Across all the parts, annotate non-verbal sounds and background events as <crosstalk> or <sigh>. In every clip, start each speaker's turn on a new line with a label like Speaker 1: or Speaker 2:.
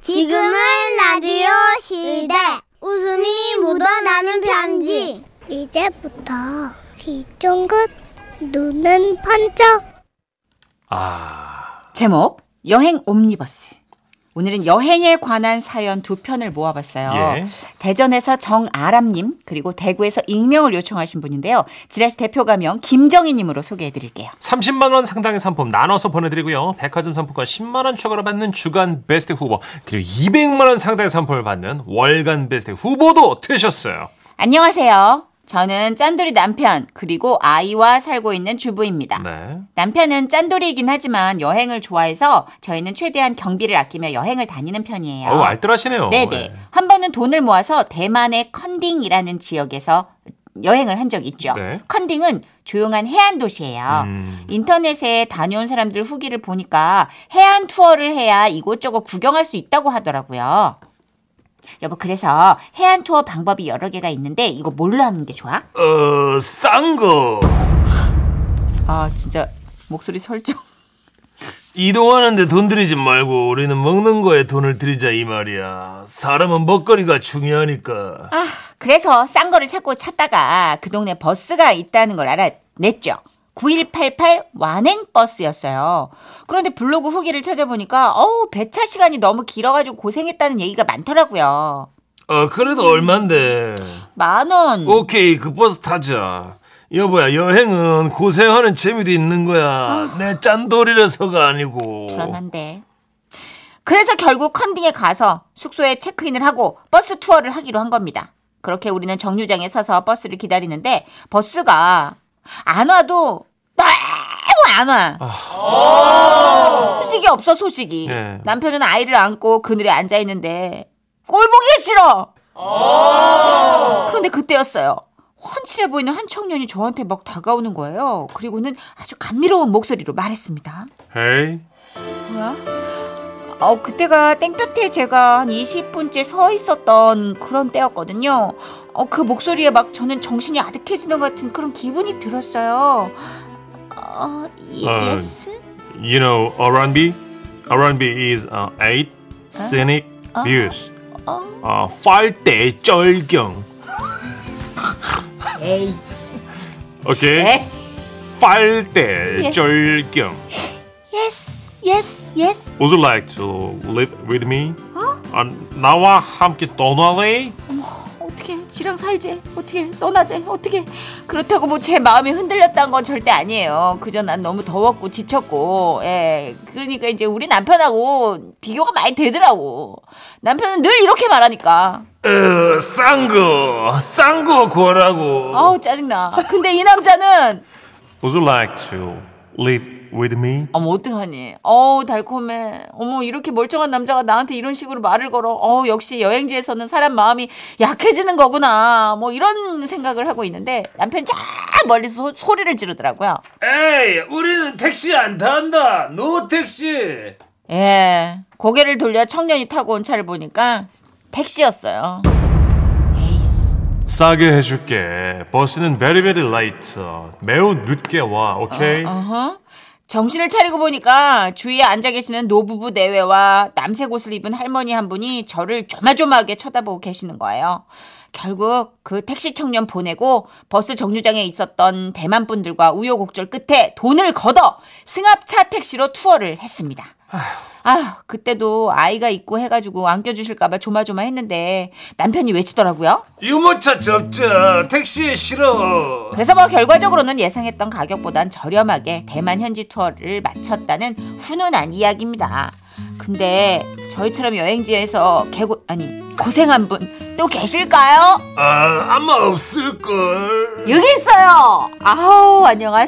Speaker 1: 지금은 라디오 시대. 웃음이 묻어나는 편지. 이제부터 귀 쫑긋, 눈은 번쩍.
Speaker 2: 아,
Speaker 3: 제목 여행 옴니버스. 오늘은 여행에 관한 사연 두 편을 모아봤어요.
Speaker 2: 예.
Speaker 3: 대전에서 정아람님 그리고 대구에서 익명을 요청하신 분인데요. 지라시 대표 가명 김정희님으로 소개해드릴게요.
Speaker 2: 30만 원 상당의 상품 나눠서 보내드리고요. 백화점 상품권 10만 원 추가로 받는 주간 베스트 후보 그리고 200만 원 상당의 상품을 받는 월간 베스트 후보도 되셨어요.
Speaker 3: 안녕하세요. 저는 짠돌이 남편 그리고 아이와 살고 있는 주부입니다.
Speaker 2: 네.
Speaker 3: 남편은 짠돌이이긴 하지만 여행을 좋아해서 저희는 최대한 경비를 아끼며 여행을 다니는 편이에요.
Speaker 2: 어우 예. 알뜰하시네요.
Speaker 3: 네네. 한 번은 돈을 모아서 대만의 컨딩이라는 지역에서 여행을 한 적이 있죠.
Speaker 2: 네.
Speaker 3: 컨딩은 조용한 해안 도시예요.
Speaker 2: 음.
Speaker 3: 인터넷에 다녀온 사람들 후기를 보니까 해안 투어를 해야 이곳저곳 구경할 수 있다고 하더라고요. 여보, 그래서 해안 투어 방법이 여러 개가 있는데 이거 뭘로 하는 게 좋아?
Speaker 2: 어, 싼 거.
Speaker 3: 아, 진짜 목소리 설정.
Speaker 2: 이동하는데 돈 들이지 말고 우리는 먹는 거에 돈을 들이자 이 말이야. 사람은 먹거리가 중요하니까.
Speaker 3: 그래서 싼 거를 찾고 찾다가 그 동네 버스가 있다는 걸 알아냈죠. 9188 완행버스였어요. 그런데 블로그 후기를 찾아보니까 어우 배차 시간이 너무 길어가지고 고생했다는 얘기가 많더라고요.
Speaker 2: 어, 그래도 얼만데.
Speaker 3: 만 원.
Speaker 2: 오케이 그 버스 타자 여보야 여행은 고생하는 재미도 있는 거야 내 짠돌이라서가 아니고
Speaker 3: 불안한데. 그래서 결국 컨딩에 가서 숙소에 체크인을 하고 버스 투어를 하기로 한 겁니다. 그렇게 우리는 정류장에 서서 버스를 기다리는데 버스가 안 와도 너무 안 와. 소식이 없어 소식이.
Speaker 2: 네.
Speaker 3: 남편은 아이를 안고 그늘에 앉아 있는데 꼴보기 싫어. 그런데 그때였어요. 헌칠해 보이는 한 청년이 저한테 막 다가오는 거예요. 그리고는 아주 감미로운 목소리로 말했습니다.
Speaker 2: 에이
Speaker 3: 뭐야? 어, 그때가 땡볕에 제가 한 20분째 서 있었던 그런 때였거든요. 어, 그 목소리에 막 저는 정신이 아득해지는 것 같은 그런 기분이 들었어요. 어, 예,
Speaker 2: 아.
Speaker 3: 예스?
Speaker 2: You know R&B? R&B is uh, eight scenic views 어, 팔대 절경
Speaker 3: 에이,
Speaker 2: 오케이
Speaker 3: 에?
Speaker 2: 팔대
Speaker 3: 네? 예.
Speaker 2: 절경
Speaker 3: 예스, 예스, 예스.
Speaker 2: Would you like to live with me? 아, 나와 함께 떠나래?
Speaker 3: 어떻게 지랑 살지? 어떻게 떠나지? 어떻게? 그렇다고 뭐 제 마음이 흔들렸다는 건 절대 아니에요. 그저 난 너무 더웠고 지쳤고, 예. 그러니까 이제 우리 남편하고 비교가 많이 되더라고. 남편은 늘 이렇게 말하니까.
Speaker 2: 어, 싼거싼거 구하라고
Speaker 3: 아우 짜증나. 근데 이 남자는
Speaker 2: Would you like to live with me?
Speaker 3: 어머 어떡하니? 어우 달콤해. 어머 이렇게 멀쩡한 남자가 나한테 이런 식으로 말을 걸어. 어우 역시 여행지에서는 사람 마음이 약해지는 거구나. 뭐 이런 생각을 하고 있는데 남편 쫙 멀리서 소- 소리를 지르더라고요.
Speaker 2: 에이, 우리는 택시 안 탄다. 노 택시.
Speaker 3: 예, 고개를 돌려 청년이 타고 온 차를 보니까 택시였어요. 에이씨.
Speaker 2: 싸게 해줄게. 버스는 very very late. 매우 늦게 와.
Speaker 3: 아,
Speaker 2: 오케이.
Speaker 3: 어허. 정신을 차리고 보니까 주위에 앉아 계시는 노부부 내외와 남색 옷을 입은 할머니 한 분이 저를 조마조마하게 쳐다보고 계시는 거예요. 결국 그 택시 청년 보내고 버스 정류장에 있었던 대만 분들과 우여곡절 끝에 돈을 걷어 승합차 택시로 투어를 했습니다. 아휴, 그때도 아이가 있고 해가지고 안겨주실까봐 조마조마했는데 남편이 외치더라고요.
Speaker 2: 유모차 접자. 택시 싫어.
Speaker 3: 그래서 뭐 결과적으로는 예상했던 가격보단 저렴하게 대만 현지 투어를 마쳤다는 훈훈한 이야기입니다. 근데 저희처럼 여행지에서 개고 아니 고생한 분 또 계실까요?
Speaker 2: 아, 아마 없을 걸.
Speaker 3: 여기 있어요. 아우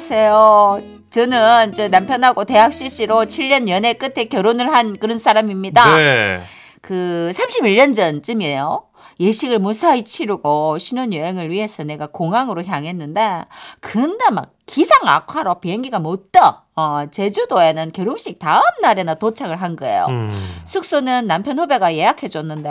Speaker 3: 안녕하세요. 저는 저 남편하고 대학 CC로 7년 연애 끝에 결혼을 한 그런 사람입니다.
Speaker 2: 네.
Speaker 3: 그 31년 전쯤이에요. 예식을 무사히 치르고 신혼여행을 위해서 내가 공항으로 향했는데 근데 막 기상 악화로 비행기가 못 떠. 어, 제주도에는 결혼식 다음 날에나 도착을 한 거예요.
Speaker 2: 음.
Speaker 3: 숙소는 남편 후배가 예약해 줬는데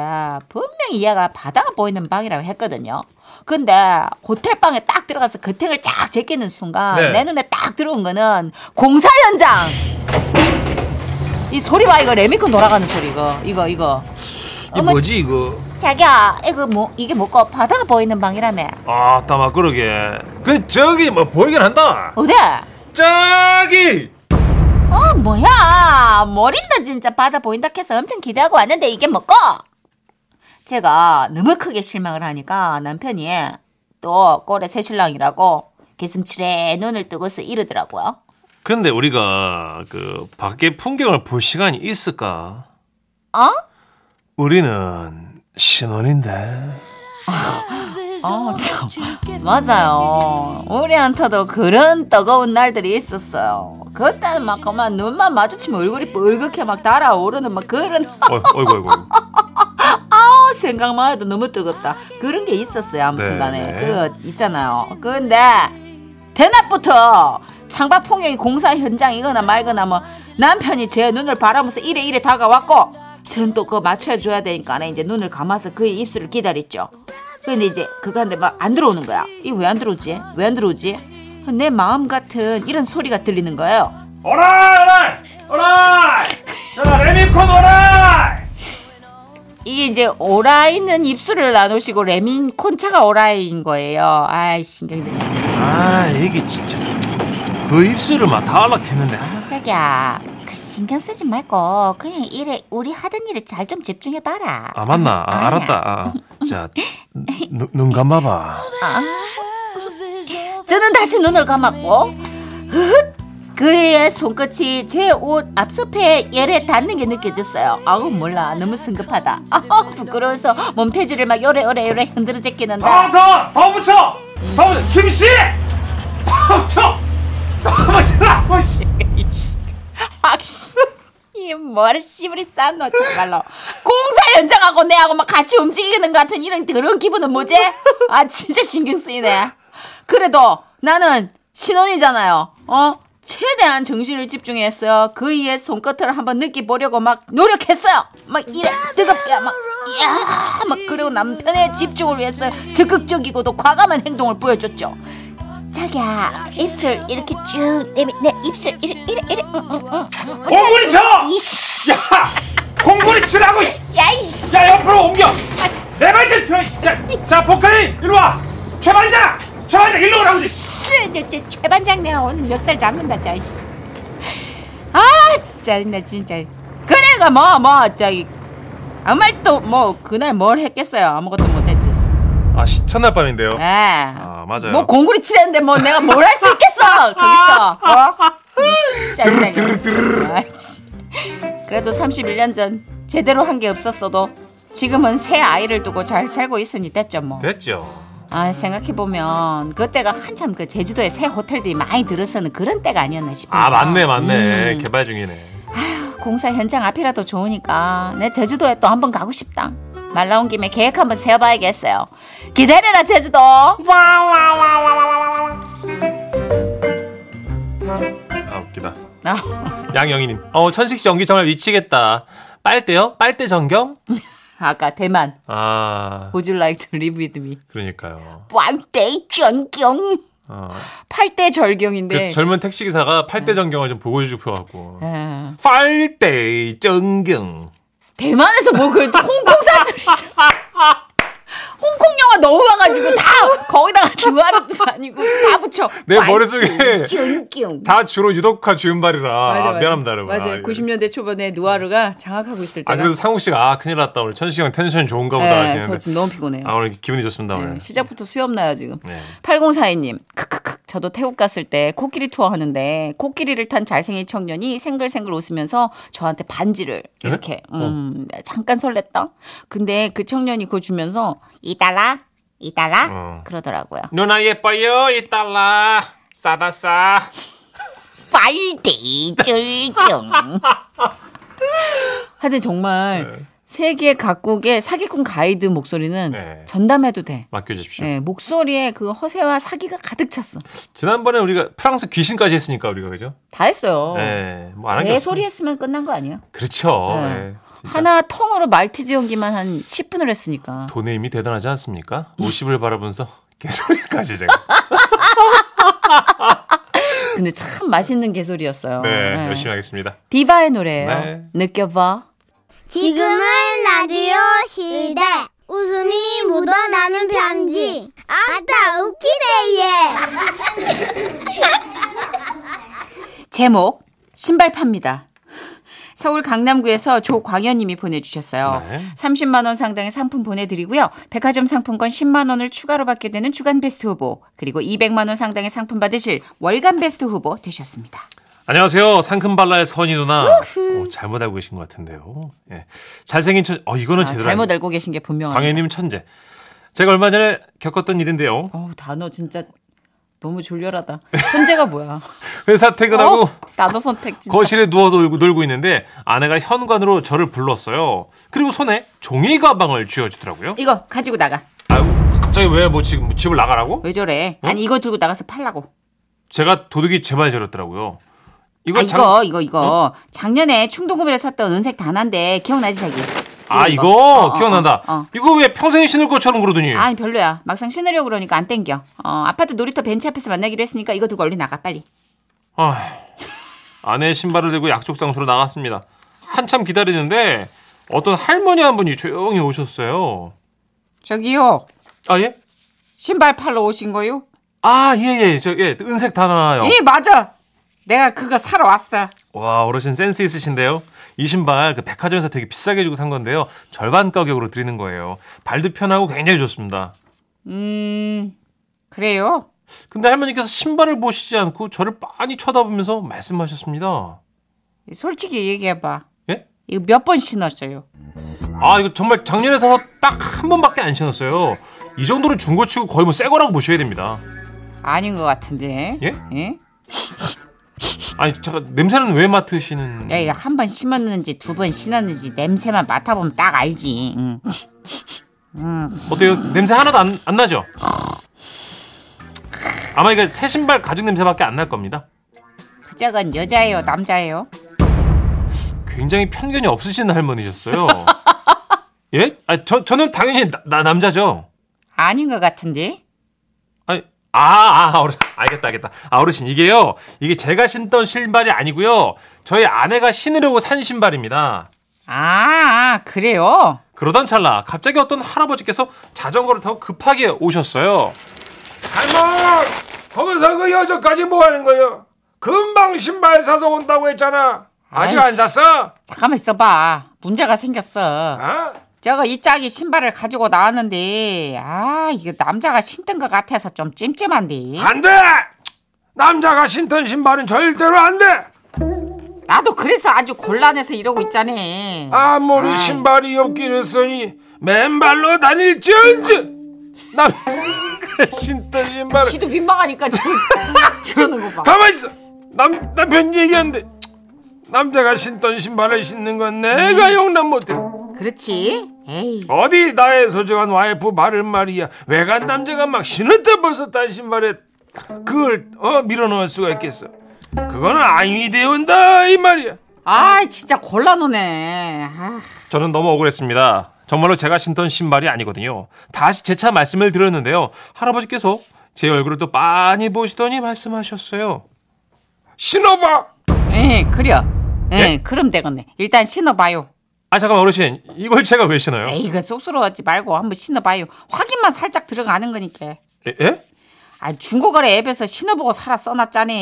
Speaker 3: 분명히 얘가 바다가 보이는 방이라고 했거든요. 근데 호텔 방에 딱 들어가서 그 탱을 쫙 제끼는 순간
Speaker 2: 네.
Speaker 3: 내 눈에 딱 들어온 거는 공사 현장. 이 소리 봐 이거 레미콘 돌아가는 소리 이거 이거 이거.
Speaker 2: 이
Speaker 3: 어머.
Speaker 2: 뭐지 이거?
Speaker 3: 자기야 이거 뭐 이게 뭐고 바다가 보이는 방이라며.
Speaker 2: 아따마 그러게. 그 저기 뭐 보이긴 한다.
Speaker 3: 어디?
Speaker 2: 저기.
Speaker 3: 어 뭐야 머린다 진짜 바다 보인다 해서 엄청 기대하고 왔는데 이게 뭐고? 제가 너무 크게 실망을 하니까 남편이 또 꼴의 새신랑이라고 개슴치레 눈을 뜨고서 이러더라고요.
Speaker 2: 근데 우리가 그 밖에 풍경을 볼 시간이 있을까?
Speaker 3: 어?
Speaker 2: 우리는 신혼인데.
Speaker 3: 아, 참. <laughs> 맞아요. 우리한테도 그런 뜨거운 날들이 있었어요. 그때는 막 그만 눈만 마주치면 얼굴이 뻘겋게 막 달아오르는 막 그런
Speaker 2: 어이, 어이구 어이구.
Speaker 3: 아우, 생각만 해도 너무 뜨겁다. 그런 게 있었어요. 아무튼 간에.
Speaker 2: 네.
Speaker 3: 그거 있잖아요. 근데 대낮부터 창밖 풍경이 공사 현장이거나 말거나 뭐 남편이 제 눈을 바라면서 이래 이래 다가왔고 전 또 그거 맞춰줘야 되니까 이제 눈을 감아서 그의 입술을 기다렸죠. 근데 이제 그간데 막 안 들어오는 거야. 이거 왜 안 들어오지? 왜 안 들어오지? 내 마음 같은 이런 소리가 들리는 거예요.
Speaker 2: 오라 오라 오라. 자 레미콘 오라.
Speaker 3: 이게 이제 오라 있는 입술을 나누시고 레민 콘차가 오라인 거예요. 아이 신경질.
Speaker 2: 아 이게 진짜 그 입술을 막 달락했는데. 아,
Speaker 3: 자기야, 그 신경 쓰지 말고 그냥 일에 우리 하던 일에 잘 좀 집중해 봐라.
Speaker 2: 아 맞나? 아, 알았다. 아, 자눈 감아봐.
Speaker 3: 저는 다시 눈을 감았고 흑! 그의 손끝이 제 옷 앞섭에 열에 닿는 게 느껴졌어요. 아우 몰라 너무 성급하다. 아 부끄러워서 몸태지를 막 요래요래 요래 흔들어 제끼는데.
Speaker 2: 더더더 붙여. 더 붙여. 김씨. 더 붙여. 더 붙여라. 아, 뭐지?
Speaker 3: 악수. 이 머리 씨부리 싼노 정말로 공사 연장하고 내하고 막 같이 움직이는 것 같은 이런 그런 기분은 뭐지? 아 진짜 신경 쓰이네. 그래도 나는 신혼이잖아요. 어 최대한 정신을 집중해서 그이의 손끝을 한번 느껴보려고 막 노력했어요. 막 이래 뜨겁게 막 이야 막 그리고 남편의 집중을 위해서 적극적이고도 과감한 행동을 보여줬죠. 자기야 입술 이렇게 쭉내 내 입술 이래 이래 이래 응, 응, 응.
Speaker 2: 공구리 쳐.
Speaker 3: 이씨
Speaker 2: 야 공구리 치라고. 씨.
Speaker 3: 야이씨
Speaker 2: 야 옆으로 옮겨
Speaker 3: 아.
Speaker 2: 내 말 좀 들어 자, 자 보컬이 일로 와 최반장 최반장 일로 오라고 이제.
Speaker 3: 내 진짜 최반장 내가 오늘 멱살 잡는다 짜이씨 아 짜증나 진짜 그래가 뭐 뭐 저기 아무 말도 뭐 그날 뭘 했겠어요 아무것도 못했지
Speaker 2: 아 시- 첫날 밤인데요
Speaker 3: 아
Speaker 2: 아 맞아요
Speaker 3: 뭐 공구리 치는데 뭐 내가 뭘 할 수 있겠어 거기서 어? 짜증나 아, 그래도 31년 전 제대로 한 게 없었어도 지금은 새 아이를 두고 잘 살고 있으니 됐죠 뭐
Speaker 2: 됐죠
Speaker 3: 아 생각해보면 그때가 한참 그 제주도에 새 호텔들이 많이 들어서는 그런 때가 아니었나 싶어요
Speaker 2: 아 맞네 맞네
Speaker 3: 음,
Speaker 2: 개발 중이네
Speaker 3: 공사 현장 앞이라도 좋으니까 내 제주도에 또 한번 가고 싶다 말 나온 김에 계획 한번 세워봐야겠어요 기다려라 제주도
Speaker 2: 아 웃기다
Speaker 3: 아,
Speaker 2: 양영희님 어 천식 씨 연기 정말 미치겠다 빨대요 빨대 전경
Speaker 3: <laughs> 아까 대만
Speaker 2: 아
Speaker 3: Would you like to live with me
Speaker 2: 그러니까요
Speaker 3: 빵대 전경
Speaker 2: 어,
Speaker 3: 팔대
Speaker 2: 그
Speaker 3: 절경인데
Speaker 2: 젊은 택시 기사가 팔대
Speaker 3: 네.
Speaker 2: 전경을 좀 보고 해주고 싶어갖고
Speaker 3: 예.
Speaker 2: 빨대 전경
Speaker 3: 대만에서 뭐 그 홍콩 사투리 홍콩 영화 넣어와가지고 다 거기다가 <laughs> 주화도 아니고 다 붙여
Speaker 2: 내 머릿속에
Speaker 3: 전경
Speaker 2: 다 주로 유독화 주윤발이라
Speaker 3: 맞아,
Speaker 2: 아,
Speaker 3: 맞아.
Speaker 2: 미안합니다 여러분 아,
Speaker 3: 맞아요.
Speaker 2: 예. 음.
Speaker 3: 90년대 초반에 누아르가 장악하고 있을 때가.
Speaker 2: 안 그래도 상욱 씨가 아 큰일 났다 오늘 천식이 형 텐션이 좋은가 보다
Speaker 3: 네, 저
Speaker 2: 하시는데
Speaker 3: 지금 너무 피곤해요.
Speaker 2: 아 오늘 기분이 좋습니다 오늘
Speaker 3: 네, 시작부터 수염 나요 지금.
Speaker 2: 네.
Speaker 3: 8042님, 크크크. 저도 태국 갔을 때 코끼리 투어 하는데 코끼리를 탄 잘생긴 청년이 생글생글 웃으면서 저한테 반지를
Speaker 2: 네?
Speaker 3: 이렇게 음, 잠깐 설렜다. 근데 그 청년이 그거 주면서 이달라, 이달라
Speaker 2: 어.
Speaker 3: 그러더라고요.
Speaker 2: 누나 예뻐요 이달라 싸다 싸
Speaker 3: 빨대 절경. <laughs> 하여튼 정말
Speaker 2: 네.
Speaker 3: 세계 각국의 사기꾼 가이드 목소리는
Speaker 2: 네. 그렇죠.
Speaker 3: 전담해도 돼.
Speaker 2: 맡겨주십시오
Speaker 3: 네, 목소리에 그 허세와 사기가 가득 찼어.
Speaker 2: 지난번에 우리가 프랑스 귀신까지 했으니까 우리가 그죠
Speaker 3: 다 했어요.
Speaker 2: 네. 뭐 안 한 게
Speaker 3: 개소리 했으면 끝난 거 아니에요?
Speaker 2: 그렇죠
Speaker 3: 네.
Speaker 2: 네, 진짜.
Speaker 3: 하나 통으로 말티즈 연기만 한 10분을 했으니까.
Speaker 2: 돈의 힘이 대단하지 <laughs> 않습니까 50을 바라보면서 개소리까지 제가
Speaker 3: 근데 참 맛있는 개소리였어요.
Speaker 2: 네,
Speaker 3: 네.
Speaker 2: 열심히 하겠습니다.
Speaker 3: 디바의 노래예요.
Speaker 2: 네.
Speaker 3: 느껴봐.
Speaker 1: 지금은 라디오 시대. 웃음이 묻어나는 편지. 아따, 웃기네, 얘.
Speaker 3: 제목 신발 팝니다. 서울 강남구에서 조광현님이 보내주셨어요.
Speaker 2: 네.
Speaker 3: 30만 원 상당의 상품 보내드리고요. 백화점 상품권 10만 원을 추가로 받게 되는 주간 베스트 후보 그리고 200만 원 상당의 상품 받으실 월간 베스트 후보 되셨습니다.
Speaker 2: 안녕하세요. 상큼발랄 선희 누나. 오, 잘못 알고 계신 것 같은데요. 예. 잘생긴 천, 어, 이거는
Speaker 3: 아,
Speaker 2: 제대로.
Speaker 3: 잘못
Speaker 2: 아닙니다.
Speaker 3: 알고 계신 게 분명합니다.
Speaker 2: 광현님 천재. 제가 얼마 전에 겪었던 일인데요.
Speaker 3: 어우, 단어 진짜 너무 졸렬하다.
Speaker 2: <laughs>
Speaker 3: 천재가 뭐야?
Speaker 2: 회사 퇴근하고
Speaker 3: 어? 단어 선택 진짜.
Speaker 2: 거실에 누워서 놀고, 놀고 있는데 아내가 현관으로 저를 불렀어요. 그리고 손에 종이 가방을 쥐어주더라고요.
Speaker 3: 이거 가지고 나가.
Speaker 2: 아유, 갑자기 왜 뭐 지금 집을 나가라고?
Speaker 3: 왜 저래? 아니 이거 들고 나가서 팔라고.
Speaker 2: 제가 도둑이 제발 저렸더라고요. 이거
Speaker 3: 아
Speaker 2: 장-
Speaker 3: 이거 이거 이거 작년에 충동구매를 샀던 은색 단한데 기억나지 자기?
Speaker 2: 아 이거,
Speaker 3: 어, 어,
Speaker 2: 기억난다. 예.
Speaker 3: 어, 어.
Speaker 2: 이거 왜 평생 신을 것처럼 그러더니
Speaker 3: 아니 별로야. 막상 신으려고 그러니까 안 땡겨. 어, 아파트 놀이터 벤치 앞에서 만나기로 했으니까 이거 들고 얼른 나가 빨리.
Speaker 2: 아, 아내의 신발을 들고 약속 장소로 나갔습니다. 한참 기다리는데 어떤 할머니 한 분이 조용히 오셨어요.
Speaker 3: 저기요.
Speaker 2: 아 예?
Speaker 3: 신발 팔러 오신 거요?
Speaker 2: 아 예예 저 예 은색 단나요.
Speaker 3: 맞아. 내가 그거 사러 왔어.
Speaker 2: 와 어르신 센스 있으신데요. 이 신발 그 백화점에서 되게 비싸게 주고 산 건데요. 절반 가격으로 드리는 거예요. 발도 편하고 굉장히 좋습니다.
Speaker 3: 음 그래요.
Speaker 2: 근데 할머니께서 신발을 보시지 않고 저를 빤히 쳐다보면서 말씀하셨습니다.
Speaker 3: 솔직히 얘기해봐.
Speaker 2: 예?
Speaker 3: 이거 몇 번 신었어요?
Speaker 2: 아 이거 정말 작년에 사서 딱 한 번밖에 안 신었어요. 이 정도로 중고치고 거의 뭐 새 거라고 보셔야 됩니다.
Speaker 3: 아닌 것 같은데.
Speaker 2: 예? 아니 잠깐 냄새는 왜 맡으시는?
Speaker 3: 야 이거 한 번 심었는지 두 번 신었는지 냄새만 맡아보면 딱 알지. 응.
Speaker 2: 어때요? 냄새 하나도 안, 안 나죠? 아마 이거 새 신발 가죽 냄새밖에 안 날 겁니다.
Speaker 3: 그 짝은 여자예요, 남자예요?
Speaker 2: 굉장히 편견이 없으신 할머니셨어요. <laughs> 예? 아, 저 저는 당연히 나, 나 남자죠.
Speaker 3: 아닌 것 같은데.
Speaker 2: 아니, 아, 아, 어르, 알겠다, 알겠다. 아, 어르신, 이게요, 이게 제가 신던 신발이 아니고요, 저희 아내가 신으려고 산 신발입니다.
Speaker 3: 아 그래요?
Speaker 2: 그러던 찰나 갑자기 어떤 할아버지께서 자전거를 타고 급하게 오셨어요.
Speaker 4: 할머! 거기서 그 여전까지 뭐 하는 거요? 금방 신발 사서 온다고 했잖아. 아직
Speaker 3: 아이씨.
Speaker 4: 안 샀어?
Speaker 3: 잠깐만 있어봐. 문제가 생겼어.
Speaker 4: 어?
Speaker 3: 저거 이 짝이 신발을 가지고 나왔는데 아 이거 남자가 신던 것 같아서 좀 찜찜한데.
Speaker 4: 안 돼! 남자가 신던 신발은 절대로 안 돼!
Speaker 3: 나도 그래서 아주 곤란해서 이러고 있잖아.
Speaker 4: 아무리
Speaker 3: 아이.
Speaker 4: 신발이 없기를 쓰니 맨발로 다닐지언정! 남자 신던 신발을
Speaker 3: 지도 민망하니까 지금 <laughs> 저러는 거 봐.
Speaker 4: 가만 있어. 남 남편 얘기하는데 남자가 신던 신발을 신는 건 내가
Speaker 3: 음.
Speaker 4: 용납 못해.
Speaker 3: 그렇지? 에이.
Speaker 4: 어디 나의 소중한 와이프 말을 말이야 외간 남자가 막 신었다 벗었다 신발에 그걸 어 밀어넣을 수가 있겠어 그거는 아니 되온다 이 말이야
Speaker 3: 아 진짜 곤란하네. 아.
Speaker 2: 저는 너무 억울했습니다. 정말로 제가 신던 신발이 아니거든요. 다시 재차 말씀을 드렸는데요. 할아버지께서 제 얼굴을 또 빤히 보시더니 말씀하셨어요.
Speaker 4: 신어봐
Speaker 3: 예, 그려. 예,
Speaker 2: 예?
Speaker 3: 그럼 되겠네. 일단 신어봐요.
Speaker 2: 아, 잠깐만, 어르신. 이걸 제가 왜 신어요?
Speaker 3: 에이, 이거 쑥스러워하지 말고 한번 신어봐요. 확인만 살짝 들어가는 거니까.
Speaker 2: 에? 에?
Speaker 3: 아, 중고거래 앱에서 신어보고 사라 써놨잖아.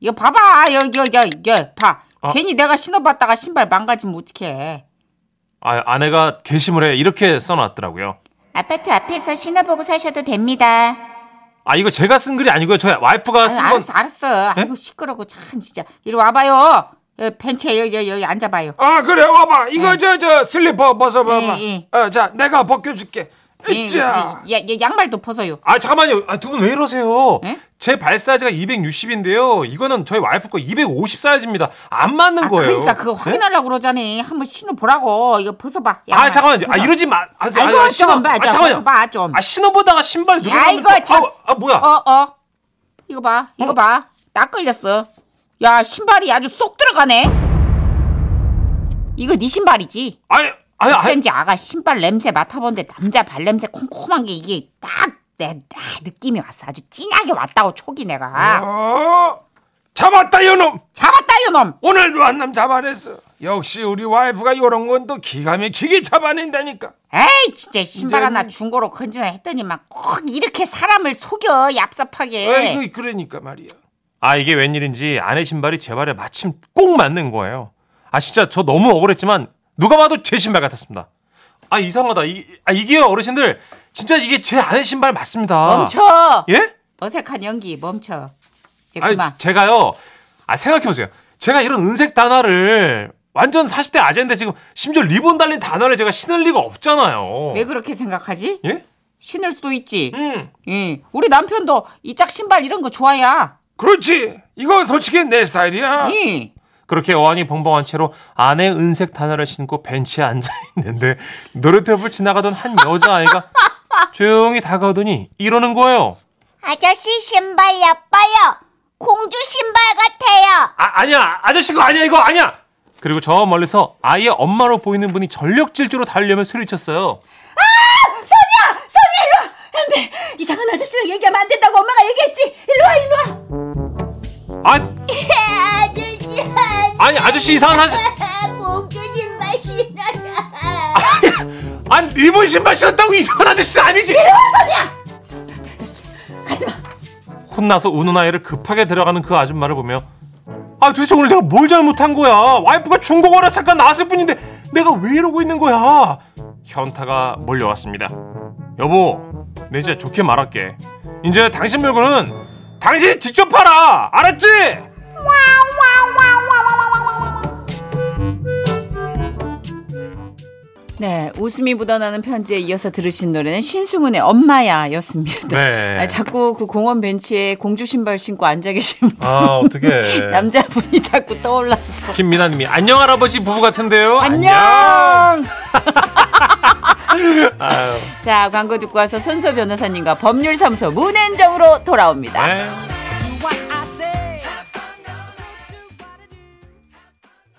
Speaker 3: 이거 봐봐. 여기, 여기, 여기, 여기 봐.
Speaker 2: 아.
Speaker 3: 괜히 내가 신어봤다가 신발 망가지면 어떡해.
Speaker 2: 아, 아내가 게시물에 이렇게 써놨더라고요.
Speaker 3: 아파트 앞에서 신어보고 사셔도 됩니다.
Speaker 2: 아, 이거 제가 쓴 글이 아니고요. 저 와이프가 쓴 건.
Speaker 3: 알았어, 알았어.
Speaker 2: 네?
Speaker 3: 아이고, 시끄럽고 참, 진짜. 이리 와봐요. 여기 벤치에 여기, 여기, 여기 앉아봐요.
Speaker 4: 아 그래 와봐 이거 저 저 슬리퍼 벗어봐봐
Speaker 3: 음. 예, 예.
Speaker 4: 어, 자 내가 벗겨줄게
Speaker 3: 예,
Speaker 4: 으쌰
Speaker 3: 예, 예, 양말도 벗어요.
Speaker 2: 아, 잠깐만요. 아, 두 분 왜 이러세요?
Speaker 3: 에?
Speaker 2: 제 발 사이즈가 260인데요. 이거는 저희 와이프 거 250 사이즈입니다. 안 맞는
Speaker 3: 아,
Speaker 2: 거예요. 네?
Speaker 3: 그러니까 그거 확인하려고 그러잖아. 한번 신어보라고. 이거 벗어봐.
Speaker 2: 아,
Speaker 3: 양말.
Speaker 2: 잠깐만요. 아,
Speaker 3: 벗어.
Speaker 2: 이러지 마. 아, 아,
Speaker 3: 아이고,
Speaker 2: 아,
Speaker 3: 좀
Speaker 2: 신어.
Speaker 3: 봐,
Speaker 2: 아,
Speaker 3: 좀
Speaker 2: 잠깐만요.
Speaker 3: 벗어봐, 좀.
Speaker 2: 아, 신어보다가 신발 누르면.
Speaker 3: 아이고, 참.
Speaker 2: 아, 아, 뭐야.
Speaker 3: 어, 어. 이거 봐. 이거 봐. 딱 걸렸어. 야, 신발이 아주 쏙 들어가네. 이거 네 신발이지?
Speaker 2: 아니, 아니, 아니.
Speaker 3: 어쩐지 아가 신발 냄새 맡아보는데 남자 발 냄새 쿰쿰한 게 이게 아. 딱 내 느낌이 왔어. 아주 진하게 왔다고 촉이 내가.
Speaker 4: 어 잡았다 요놈
Speaker 3: 잡았다 요놈
Speaker 4: 오늘도 한 놈 잡아냈어 역시 우리 와이프가 요런 건 또 기가 막히게 잡아낸다니까
Speaker 3: 에이 진짜 신발 하나 중고로 건지나 했더니만 꼭 이렇게 사람을 속여 얍삽하게
Speaker 4: 에이 그러니까 말이야
Speaker 2: 아 이게 웬일인지 아내 신발이 제 발에 마침 꼭 맞는 거예요. 아 진짜 저 너무 억울했지만 누가 봐도 제 신발 같았습니다. 아 이상하다. 이, 아 이게 어르신들 진짜 이게 제 아내 신발 맞습니다.
Speaker 3: 멈춰
Speaker 2: 예?
Speaker 3: 어색한 연기 멈춰 이제
Speaker 2: 아니
Speaker 3: 그만
Speaker 2: 제가요. 아 생각해 보세요. 제가 이런 은색 단화를 완전 40대 아재인데 지금 심지어 리본 달린 단화를 제가 신을 리가 없잖아요.
Speaker 3: 왜 그렇게 생각하지?
Speaker 2: 예?
Speaker 3: 신을 수도 있지
Speaker 2: 음.
Speaker 3: 예, 우리 남편도 이 짝 신발 이런 거 좋아야
Speaker 4: 그렇지 이거 솔직히 내
Speaker 2: 어.
Speaker 4: 스타일이야
Speaker 3: 예.
Speaker 2: 그렇게 어안이 벙벙한 채로 아내 은색 단화를 신고 벤치에 앉아 있는데 노래톱을 지나가던 한 여자아이가 조용히 다가오더니 이러는 거예요.
Speaker 1: 아저씨 신발 예뻐요. 공주 신발 같아요.
Speaker 2: 아, 아니야. 아저씨 거 아니야. 이거 아니야. 그리고 저 멀리서 아이의 엄마로 보이는 분이 전력 질주로 달려며 소리쳤어요.
Speaker 3: 이상한 아저씨랑 얘기하면 안 된다고 엄마가 얘기했지 일로 와 일로 와
Speaker 2: 아,
Speaker 1: <laughs> 아저씨,
Speaker 2: 아니 아저씨 이상한 아저
Speaker 1: <laughs> 공주 신발 신어라.
Speaker 2: <laughs> 아니 리본 신발 신었다고 이상한 아저씨 아니지?
Speaker 3: 가지마
Speaker 2: 혼나서 우는 아이를 급하게 데려가는 그 아줌마를 보며 아 도대체 오늘 내가 뭘 잘못한 거야 와이프가 중고거래 잠깐 나왔을 뿐인데 내가 왜 이러고 있는 거야 현타가 몰려왔습니다 여보 내 이제 좋게 말할게 이제 당신 물건은 당신이 직접 팔아 알았지
Speaker 3: 네, 웃음이 묻어나는 편지에 이어서 들으신 노래는 신승훈의 엄마야였습니다.
Speaker 2: 네.
Speaker 3: 아, 자꾸 그 공원 벤치에 공주 신발 신고 앉아 계신 분,
Speaker 2: 아
Speaker 3: <laughs>
Speaker 2: 어떻게
Speaker 3: 남자분이 자꾸 떠올랐어.
Speaker 2: 김민아님이 안녕 할아버지 부부 같은데요 <laughs>
Speaker 3: 자, 광고 듣고 와서 손소 변호사님과 법률사무소 문앤정으로 돌아옵니다.
Speaker 2: 안녕. 아유.